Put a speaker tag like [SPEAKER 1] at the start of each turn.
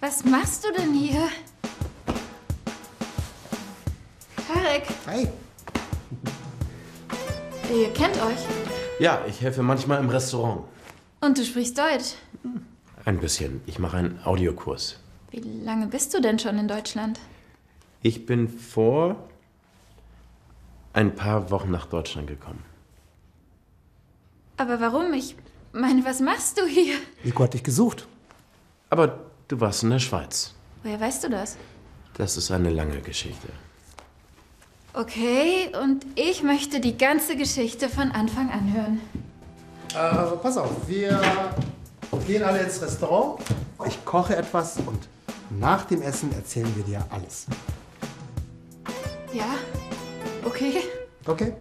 [SPEAKER 1] Was machst du denn hier? Tarek,
[SPEAKER 2] Hi.
[SPEAKER 1] ihr kennt euch.
[SPEAKER 3] Ja, ich helfe manchmal im Restaurant.
[SPEAKER 1] Und du sprichst Deutsch.
[SPEAKER 3] Ein bisschen. Ich mache einen Audiokurs.
[SPEAKER 1] Wie lange bist du denn schon in Deutschland?
[SPEAKER 3] Ich bin vor ein paar Wochen nach Deutschland gekommen.
[SPEAKER 1] Aber warum? Ich meine, was machst du hier?
[SPEAKER 2] Nico hat dich gesucht.
[SPEAKER 3] Aber du warst in der Schweiz.
[SPEAKER 1] Woher weißt du das?
[SPEAKER 3] Das ist eine lange Geschichte.
[SPEAKER 1] Okay, und ich möchte die ganze Geschichte von Anfang an hören.
[SPEAKER 2] Äh, pass auf, wir gehen alle ins Restaurant. Ich koche etwas und nach dem Essen erzählen wir dir alles.
[SPEAKER 1] Ja? Okay.
[SPEAKER 2] Okay?